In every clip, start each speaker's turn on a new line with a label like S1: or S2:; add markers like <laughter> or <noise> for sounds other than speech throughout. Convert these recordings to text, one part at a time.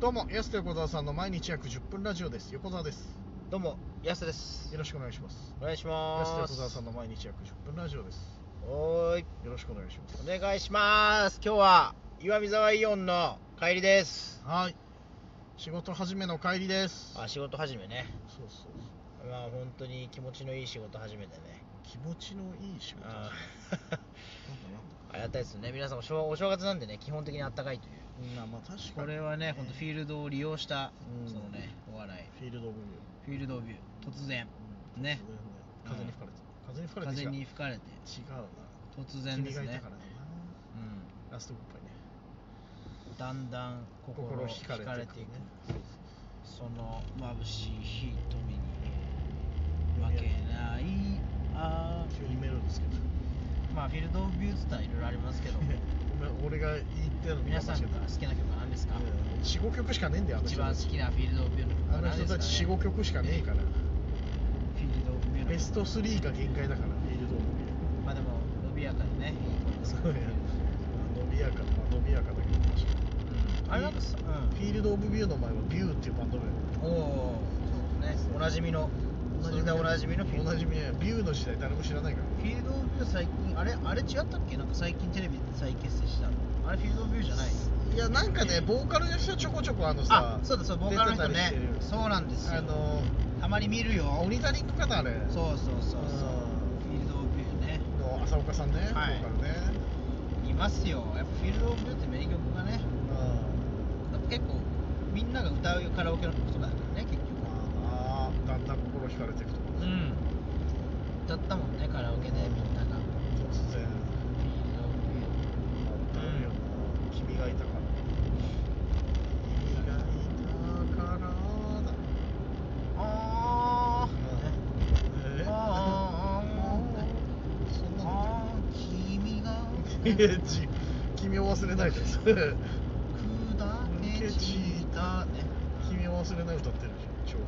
S1: どうも、安田横澤さんの毎日約10分ラジオです。横澤です。
S2: どうも、やすです
S1: よ。ろしくお願いします。
S2: お願いし
S1: 安
S2: ま
S1: 田横
S2: す。
S1: 澤さんの毎日約10分ラジオです。
S2: おーい、
S1: よろしくお願いします。
S2: お願いします。今日は岩見沢イオンの帰りです。
S1: はい。仕事始めの帰りです。
S2: あ、仕事始めね。
S1: そうそうそう。
S2: まあ本当に気持ちのいい仕事始めてね。
S1: 気持ちのいい仕事ですね。
S2: あ
S1: な
S2: ー <laughs> ありがたいですね。皆さんお正お正月なんでね、基本的にあったかいというん
S1: だなんだ。まあ、確かに。
S2: これはね、本当フィールドを利用した、
S1: うん
S2: そのね、お笑い。
S1: フィールドオブビ
S2: フィールドビュー、突然、
S1: ュー。
S2: ね
S1: 突然風に吹かれて。風に吹かれて
S2: 風に
S1: 違う。
S2: 吹かれて、
S1: 違うな。
S2: 突然です
S1: 君がい
S2: ね
S1: た。からだな。
S2: うん。
S1: ラストグッバイね。
S2: だんだん心
S1: 心
S2: 惹
S1: 惹
S2: か
S1: か
S2: れ
S1: れ
S2: て
S1: て
S2: い
S1: い
S2: く
S1: くね。
S2: その眩しい瞳に負けないあ
S1: 急にメロディーつけた。
S2: ーまあフィールドオブビューって言ったらいろいろありますけ
S1: <laughs>
S2: ど
S1: ごめん俺が言ってるの
S2: 皆さんが好きな曲は何ですか、
S1: 45曲しかねえんだよあの
S2: 一
S1: 人
S2: 番
S1: た
S2: 好
S1: ち
S2: きなフィールドオブビューの
S1: あ
S2: 曲は
S1: の
S2: 何で
S1: 人
S2: すか、
S1: た
S2: ね、
S1: ち45曲しかねえから
S2: フィールドオブビューの曲
S1: ベスト3が限界だからフィールドオブビュー
S2: まあでも伸びやかでねいいと思いますけど
S1: そうや伸びやかまあ伸びやかだけど確かに
S2: うんあれなんかさ、
S1: フィールドオブビューの前はビューっていうバンド名
S2: うん、おおそうですねおなじみのそんなおなじみのフ
S1: お
S2: ィールド
S1: なじみねビューの時代誰も知らないから
S2: フィールド・オブ・ビュー最近あれあれ違ったっけなんか最近テレビで再結成したのあれフィールド・オブ・ビューじゃない
S1: いやなんかねボーカルの人ちょこちょこあのさ
S2: あそうだそうボーカルの人ね
S1: 出てたりしてる
S2: そうなんですよ
S1: あの
S2: たまに見るよ
S1: モニタリングかなあれ
S2: そうそうそうそう
S1: うん
S2: フィールド・オブ・ビューね
S1: の浅岡さんね、
S2: はい
S1: ボーカルね
S2: いますよやっぱフィールド・オブ・ビューって名曲がねやっぱ結構みんなが歌うカラオケの曲とかだからね結局
S1: まあだんだん心惹かれていくとこ
S2: うん歌ったもんねカラオケでみんながフ
S1: 突然
S2: ィールド・オブ・ビュー
S1: 歌うよな君がいたから君がいたからだ
S2: あ
S1: え
S2: ーあーあーあー
S1: そんなの
S2: あー君が
S1: いやち君を忘れないです
S2: 砕け散ったね
S1: 君を忘れない歌ってるじゃんちょう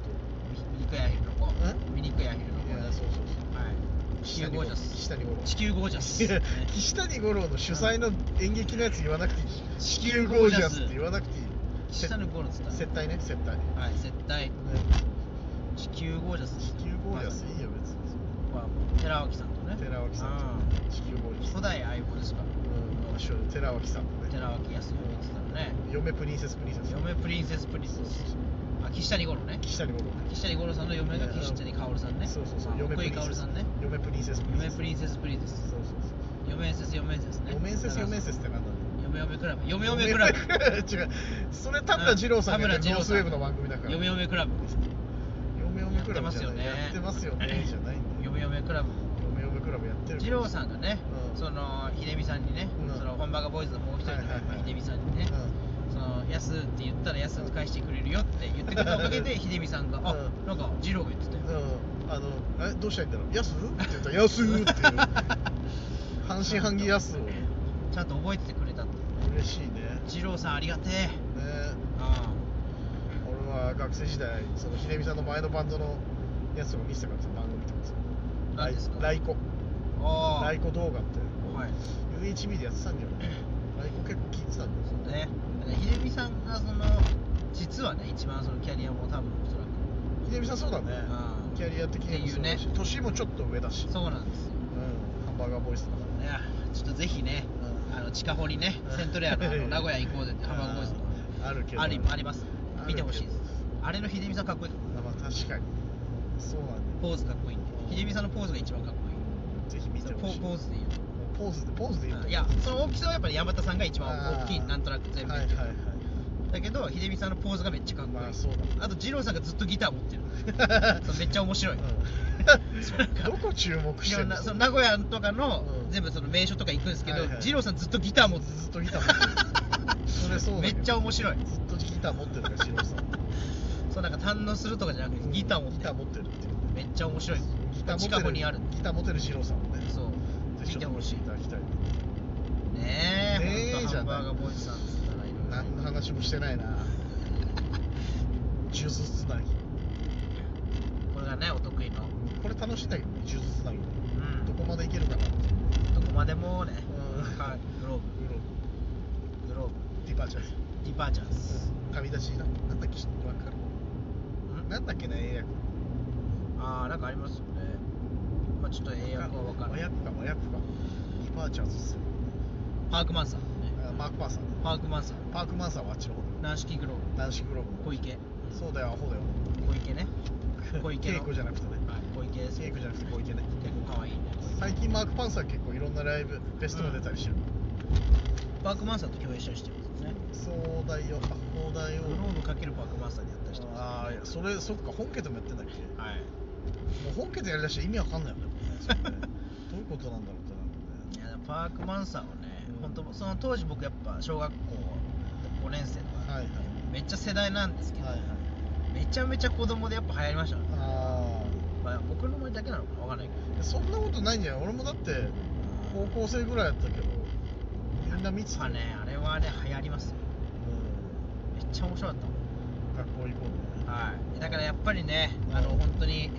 S2: 醜いアヒルの子
S1: え
S2: 醜いアヒルの
S1: ど
S2: 子
S1: いや
S2: です
S1: そうそうそう
S2: はい地
S1: 岸
S2: 球
S1: 谷
S2: ゴ
S1: 五
S2: ージ
S1: 郎岸谷五郎
S2: ャス地球ゴージャ
S1: い
S2: ス
S1: や
S2: ね
S1: <laughs> 岸谷五郎の主催の演劇のやつ言わなくていいし
S2: 地
S1: 地球
S2: 球ゴ
S1: ゴ
S2: ー
S1: ー
S2: ジ
S1: ジ
S2: ャ
S1: ャ
S2: ス
S1: スって言わなくていい
S2: 岸谷五郎っつった
S1: 接待ね接待
S2: はい接待地球ゴージャス
S1: 地球ゴージャスいいよ別に
S2: まあ寺脇さんとね
S1: 寺脇さん
S2: う
S1: と地球ゴージャス
S2: 初代相棒ですか
S1: うん一緒に寺脇さんとね
S2: 寺脇康代って言ってたらね
S1: 嫁プリンセスプリンセス
S2: 嫁プリンセスプリンセスあ岸谷五郎ね
S1: 岸谷五郎
S2: 岸谷五郎さんの嫁が岸谷薫さんね
S1: そうそうそう
S2: まあ奥井薫さんね
S1: 嫁プリンセスプリンセス
S2: 嫁プリンセスプリンセス
S1: そうそうそう
S2: 嫁面接嫁面接ね
S1: 嫁セス嫁セスってなんだ
S2: 嫁嫁クラブ嫁嫁クラ
S1: ブ
S2: ブ
S1: <laughs> 違うそれ田村二郎さんがやってる
S2: うん
S1: ノースウェーブの番組だから
S2: 嫁嫁クラブ
S1: 嫁嫁クラブじゃない
S2: や
S1: や
S2: っ
S1: ってて
S2: ま
S1: ますす
S2: よ
S1: よ
S2: ね
S1: ねじゃないんだよ
S2: 嫁嫁クラブ
S1: 嫁嫁クラブやってる
S2: 二郎さんがね、
S1: うん
S2: その秀美さんにね、
S1: うん
S2: その本場がボーイズのもう一人の、
S1: はいはいはい
S2: まあ秀美さんにね、その安って言ったら安返してくれるよって言ってくれたおかげで秀美さんが、あ
S1: う
S2: なんか二郎が言ってたよ、
S1: うんあのえどうしたらいいんだろう「やす?」って言ったら「やす」っていう
S2: <laughs>
S1: 半信半疑やすを
S2: ちゃんと覚えててくれたって
S1: 嬉しいね
S2: 二郎さんありがてえ
S1: ね
S2: あ
S1: 俺は学生時代その秀美さんの前のバンドのやつとか見せたからさ番組とかさ
S2: あ何ですか
S1: ライコ
S2: ああ
S1: ライコ動画って
S2: はい
S1: UHB でやってたんだよライコ結構聞いてたんだよ
S2: ねなんか秀美さんがその実はね一番そのキャリアも多分おそらく
S1: 秀美さんそうだね
S2: うん
S1: キャリア的にもそうだ
S2: ってい
S1: し
S2: うね
S1: 年もちょっと上だし
S2: そうなんですよ
S1: うんハンバーガーボイスとか
S2: ねちょっとぜひね、
S1: うん
S2: あの近堀ね、セントレアのあの名古屋行こ
S1: <laughs>
S2: うぜって、ハンバーグボーイズの
S1: あるけど
S2: ありあります
S1: あるけど、
S2: 見てほしいです。あれの秀美さんかっこいい
S1: あまあ確かにそうなんだよ
S2: ポーズかっこいいんで、秀美さんのポーズが一番かっこ
S1: ぜひ
S2: いい。
S1: 見てほしい
S2: ポポーズで言うと
S1: ポーズでポーズで言うと
S2: うんいや、その大きさはやっぱり山田さんが一番大きい、
S1: あー
S2: なんとなく全部
S1: は
S2: 見
S1: い
S2: て
S1: は
S2: る
S1: いはい
S2: だけど、秀美さんのポーズがめっちゃかっこいい。
S1: まあそうだね
S2: あと、二郎さんがずっとギター持っ
S1: <laughs>
S2: てる。そうめっちゃ <laughs> 面白い。それ <laughs> が
S1: どこ注目し
S2: い
S1: て
S2: ろ
S1: ん
S2: ん
S1: の
S2: なその名古屋とかの、
S1: うん
S2: 全部その名所とか行くんですけど、
S1: はいはい
S2: 二郎さんずっとギター持ってる
S1: ずっとギター持ってるそれそうだ
S2: め
S1: けど
S2: っちゃ面白い
S1: ずっとギター持ってるからシロさん
S2: そうなんか堪能するとかじゃなくて <laughs> ギター持って
S1: ギター持ってるっていう
S2: めっちゃ面白い
S1: ギター持って
S2: 近
S1: る
S2: くにある
S1: ギター持ってるシロさんもね
S2: そう
S1: ぜひ
S2: 見
S1: ちょってと
S2: ほしい
S1: 見ていただきたい
S2: ねえ
S1: ねえ
S2: ほんと
S1: じ
S2: ハ
S1: ゃ
S2: ン
S1: ない
S2: バーガーボーイズさんって言ったらいろいろ
S1: 何の話もしてない
S2: <laughs>
S1: な数珠つなぎ
S2: これがねお得意の
S1: これ楽しいんだけどね数珠つなぎ
S2: うん
S1: どこまでいけるかなって
S2: どこまでもね
S1: うん
S2: かグロー
S1: グロー
S2: ブグロー
S1: ブディパーチャーズ
S2: ディパーチャーズ、
S1: 紙出しななんだっけ知ってわかる
S2: うん
S1: なんだっけな英訳
S2: ああなんかありますよねまあちょっと英訳は分から
S1: 和
S2: ない
S1: 訳か和訳かディパーチャーズっすよ
S2: パークマンサー、ね、
S1: あマークパーサー
S2: パークマンサー
S1: パークマンサーはあっちの方だよ
S2: 軟式グローブ
S1: 男子グローブ
S2: 小池
S1: そうだよアホだよ
S2: 小池ね小池の
S1: 稽古じゃなくてね
S2: はい小池です
S1: 稽古じゃなくて小池ね
S2: 結構可愛いね
S1: 最近マーク・パンサー結構いろんなライブベストも出たりしてる、
S2: パークマンサーと共演したりしてるんですよ
S1: そ
S2: ね
S1: うだよあそうだ
S2: グ
S1: よ
S2: ローブかけるパークマンサーでやったりしてま
S1: ああそれそっか本家でもやってんだっけ
S2: すはい
S1: もう本家でやりだしたら意味わかんないよねもうねそれねどういうことなんだろうってなるん
S2: いやでもパークマンサーはね、
S1: う
S2: ほ
S1: ん
S2: ん、本当その当時僕やっぱ小学校5年生とか、
S1: はいはい
S2: めっちゃ世代なんですけど、
S1: はいはい
S2: めちゃめちゃ子供でやっぱ流行りましたね、
S1: あ
S2: まあ、僕の周りだけなのかなわかんないけど
S1: あそんなことないんじゃない俺もだって高校生ぐらいやったけどみんな見て
S2: ま
S1: た
S2: あ
S1: よ
S2: ねあれはね流行りますよ
S1: う
S2: めっちゃ面白かったもん
S1: ん学校行こうね
S2: はい、だからやっぱりね、あの
S1: うん
S2: 本当に、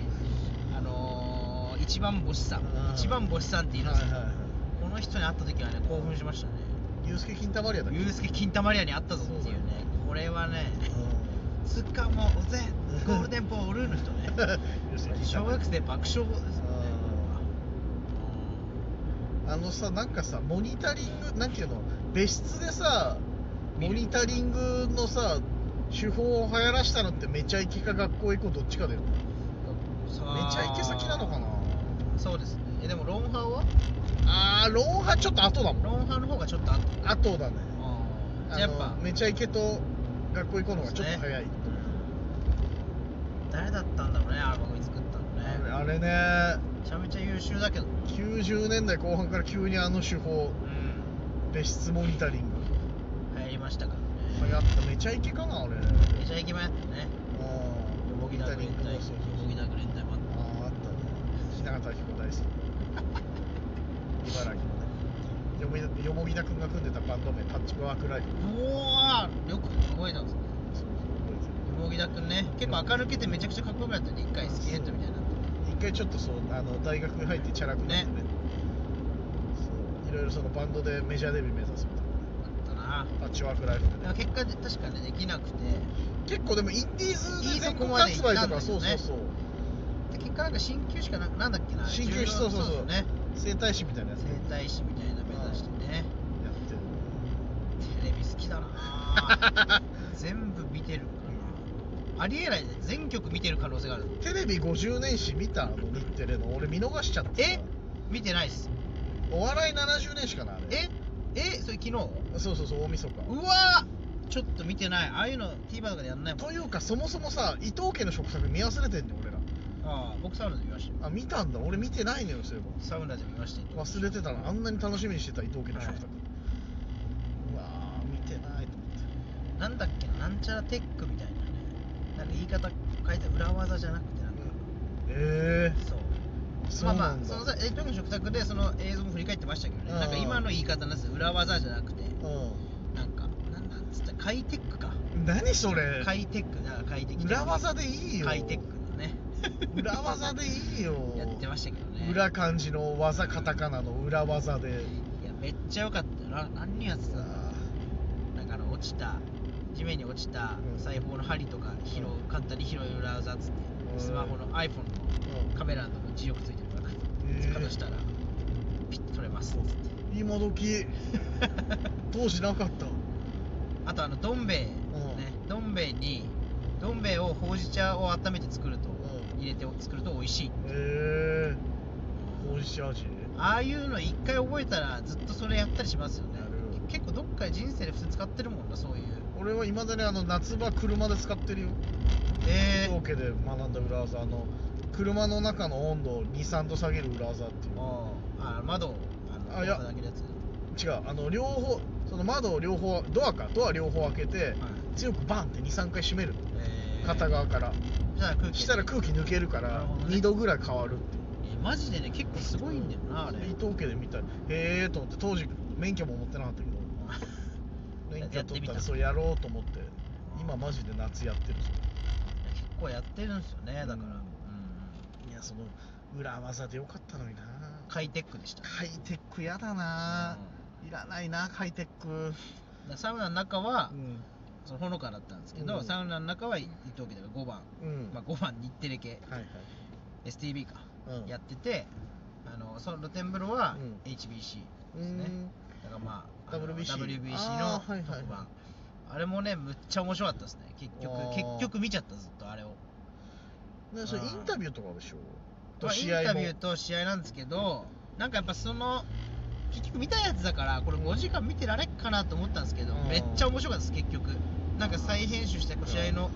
S2: あのー一番星さん
S1: う、ん
S2: 一番星さんっていうんですけど、
S1: はいはいはい
S2: この人に会った時はね、興奮しましたね、
S1: ユースケ・キンタマリアだっけ、
S2: ユースケ・キンタマリアに会ったぞっていうね、これはね、つかもうぜ、ゴールデンボールの人ね
S1: <laughs> ユースケ・キンタ
S2: 小
S1: マリア
S2: 学生爆笑ですよね、
S1: あのさなんかさモニタリングなんていうの別室でさ
S2: 見
S1: モ
S2: る
S1: ニタリングのさ手法を流行らしたのってめちゃイケか学校行こうどっちかだよね
S2: さ
S1: めちゃイケ先なのかな
S2: そうですね、えでもロンハーは
S1: あーロン派ちょっと後だもん
S2: ロンハーの方がちょっとあった。
S1: 後だね
S2: あー
S1: あ
S2: じゃあやっぱ
S1: のめちゃイケと学校行こうのがちょっと早い、
S2: 誰だったんだろうねアルバム作ったのね
S1: あれあれね
S2: めちゃめちゃ優秀だけど
S1: 90年代後半から急にあの手法
S2: うん
S1: 別室モニタリング
S2: 流行りましたか
S1: 流
S2: ら
S1: 行
S2: ね
S1: っためちゃイケかなあれ
S2: めちゃイケメンやったね
S1: あ
S2: よも
S1: モニ
S2: ぎ
S1: タ
S2: だく
S1: リ
S2: 連
S1: ング
S2: 隊
S1: も
S2: よ
S1: そう
S2: もぎだく連隊もあっ
S1: あああったね雛形明子大好き <laughs> 茨城のねよもぎよもぎだくんが組んでたバンド名パッチワークライフ
S2: たうわーよく動いたんですね
S1: そうそう
S2: よもぎだくんね結構垢抜けてめちゃくちゃかっこよくなったよね一回スキンヘッドみたいになって
S1: 一回ちょっとそうあの大学に入ってチャラくなってね
S2: ね
S1: そういろいろそのバンドでメジャーデビュー目指すみたい
S2: あったな
S1: なパッチワークライフで
S2: でも
S1: ね
S2: 結果で確かねできなくて
S1: 結構でもインディーズ
S2: い
S1: で
S2: い
S1: 全
S2: とこ
S1: 国
S2: まで
S1: 発
S2: 行ったん
S1: 売と
S2: だけど
S1: かそうそ
S2: ね
S1: うそう
S2: で結果なんか鍼灸師かななんだっけな
S1: 鍼灸師
S2: 重
S1: そ
S2: 要
S1: うそう
S2: だ
S1: そ
S2: よ
S1: う
S2: ね
S1: 整体師みたいなやつ
S2: 整体師みたいな目指してね
S1: やってる
S2: テレビ好きだ
S1: <laughs>
S2: な全部見てるからありえないね全曲見てる可能性がある
S1: テレビ50年史見たあの日テレの俺見逃しちゃって
S2: え見てないっす
S1: お笑い70年史かなあれ
S2: ええそれ昨日うわ
S1: そうそうそう大晦日
S2: ーちょっと見てないああいうの TVer とかでやんないもん
S1: というかそもそもさ伊藤家の食卓見忘れてんねん俺ら
S2: ああ僕サウナで見ましたよ
S1: あ見たんだ俺見てないのよそういえ
S2: サウナで見ましたよ
S1: ば忘れてたのあんなに楽しみにしてた伊藤家の食卓、
S2: はいう
S1: わー見てないと思って
S2: なんだっけなんちゃらテックみたいなねなんか言い方変えた裏技じゃなくてなんか
S1: え
S2: そう
S1: えそう
S2: ま
S1: な
S2: あま
S1: ん
S2: あ
S1: だ、
S2: そのさえ今日の食卓でその映像も振り返ってましたけどね
S1: うん
S2: なんか今の言い方なんですよ裏技じゃなくて
S1: う
S2: なんか、なんなんつった、カイテックか。
S1: ん何それ
S2: カイテック、だからカイテック。
S1: 裏技でいいよ
S2: カイテックのね。
S1: <laughs> 裏技でいいよ
S2: やってましたけどね。
S1: 裏漢字の技カタカナの裏技で
S2: いや、めっちゃ良かったよな。何人やってたんだ
S1: あ
S2: なんかあの、落ちた、地面に落ちた
S1: うん
S2: 裁縫の針とか拾う、
S1: う
S2: 簡単に拾う裏技っつって
S1: う、ん
S2: スマホの iPhone
S1: うん
S2: のカメラの字よくついてるから、
S1: え
S2: かざしたら、ピッと取れますっつ
S1: <laughs>
S2: っ
S1: ー
S2: て。
S1: 今
S2: <laughs>
S1: 時当時なかった
S2: あとあの、どん兵衛、ね
S1: う、
S2: どん兵衛に、どん兵衛をほうじ茶を温めて作ると、
S1: うん
S2: 入れて作ると美味しい。
S1: へえほうじ茶味
S2: ああいうの一回覚えたらずっとそれやったりしますよね
S1: やる
S2: 結構どっかで人生で普通に使ってるもんなそういう
S1: 俺はいまだにあの夏場車で使ってるよ
S2: え
S1: 東
S2: ー、
S1: 家で学んだ裏技あの車の中の温度を23度下げる裏技っていう
S2: あーあ窓をあの
S1: あいや
S2: 開けるやつ
S1: 違うあの両方その窓を両方ドアかドア両方開けて強くバンって23回閉める
S2: えー
S1: 片側から
S2: したら空気
S1: したら空気抜けるか
S2: な
S1: ら
S2: るほどね
S1: 2度ぐらい変わるっていう
S2: えマジでね結構すごいんだよなあれ
S1: 伊藤家で見たへえと思って当時免許も持ってなかったけど免許取ったらそうやろうと思って今マジで夏やってる
S2: <laughs> 結構やってるんですよねだから、
S1: う
S2: うんんうん、
S1: いやその裏技でよかったのにな
S2: ハイテックでした
S1: ハイテックやだないらないなハイテック
S2: らサウナの中は、
S1: うん
S2: そのほのかだったんですけど、
S1: うん
S2: サウナの中は伊藤家だから5番、
S1: うん
S2: まあ、5番日テレ系
S1: はいはい
S2: STB か、
S1: うん
S2: やっててあのその露天風呂は
S1: うん
S2: HBC
S1: う
S2: ですね、
S1: ん
S2: だからまああの
S1: WBC
S2: WBC
S1: あ
S2: の
S1: ーはいはいはい
S2: 特番あ,、れもねむっちゃ面白かったですね結局
S1: あー
S2: 結局見ちゃったずっとあれを、
S1: でそれイ
S2: あー
S1: ンタビューとかでしょと
S2: まあイン
S1: 試合も
S2: タビューと試合なんですけどなんかやっぱその結局見たやつだからこれ5時間見てられっかなと思ったんですけど、
S1: うん
S2: めっちゃ面白かったです結局なんか再編集してこう試合の、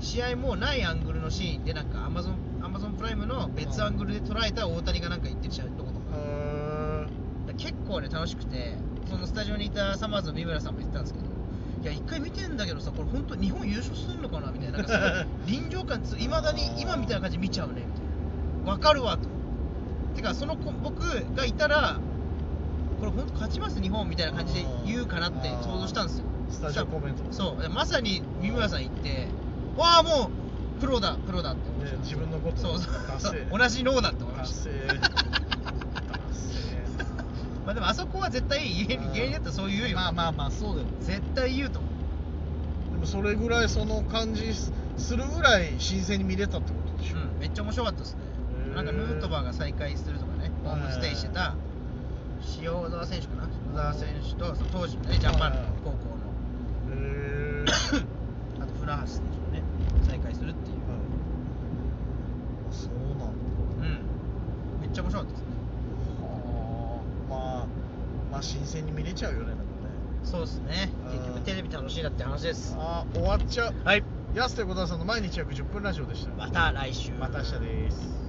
S2: 試合もうないアングルのシーンでなんかアマゾンアマゾンプライムの別アングルで捉えた大谷がなんか言ってる試合のとことか
S1: へー
S2: だから結構ね楽しくてそのスタジオにいたサマーズの三村さんも言ってたんですけどいや一回見てんだけどさこれ本当日本優勝するのかなみたいななん
S1: <laughs>
S2: かすごい臨場感いまだに今みたいな感じで見ちゃうねみたいなわかるわとてかその子僕がいたらこれ本当勝ちます日本みたいな感じで言うかなって
S1: あー
S2: 想像したんですよ
S1: スタジオコメント
S2: そうでまさに三村さん行ってわあもうプロだプロだって思いまし
S1: ね
S2: た
S1: 自分のこと
S2: そう
S1: 達
S2: そう
S1: <laughs> 成
S2: <laughs> 同じ脳だって思いま
S1: 達
S2: した
S1: 成達成
S2: まあでもあそこは絶対芸
S1: うん
S2: 人芸人だったらそう言うよ、
S1: まあまあまあそうだよ
S2: 絶対言うと思う
S1: でもそれぐらいその感じすするぐらい新鮮に見れたってことでしょ、
S2: うん、めっちゃ面白かったですね
S1: へー
S2: なんかヌートバーが再会するとかねホームステイしてた塩澤選手かな塩澤選手とその当時のねジャパンの高校
S1: へ
S2: の
S1: え
S2: あと船橋選手とね再会するっていう
S1: そうなんだ
S2: うんめっちゃ面白かったですね
S1: はあまあまあ新鮮に見れちゃうよねでもね
S2: そうですね
S1: うん
S2: 結局テレビ楽しいなって話です
S1: あー終わっちゃう
S2: はい
S1: 安手小田さんの毎日約10分ラジオでした
S2: また来週
S1: また明日です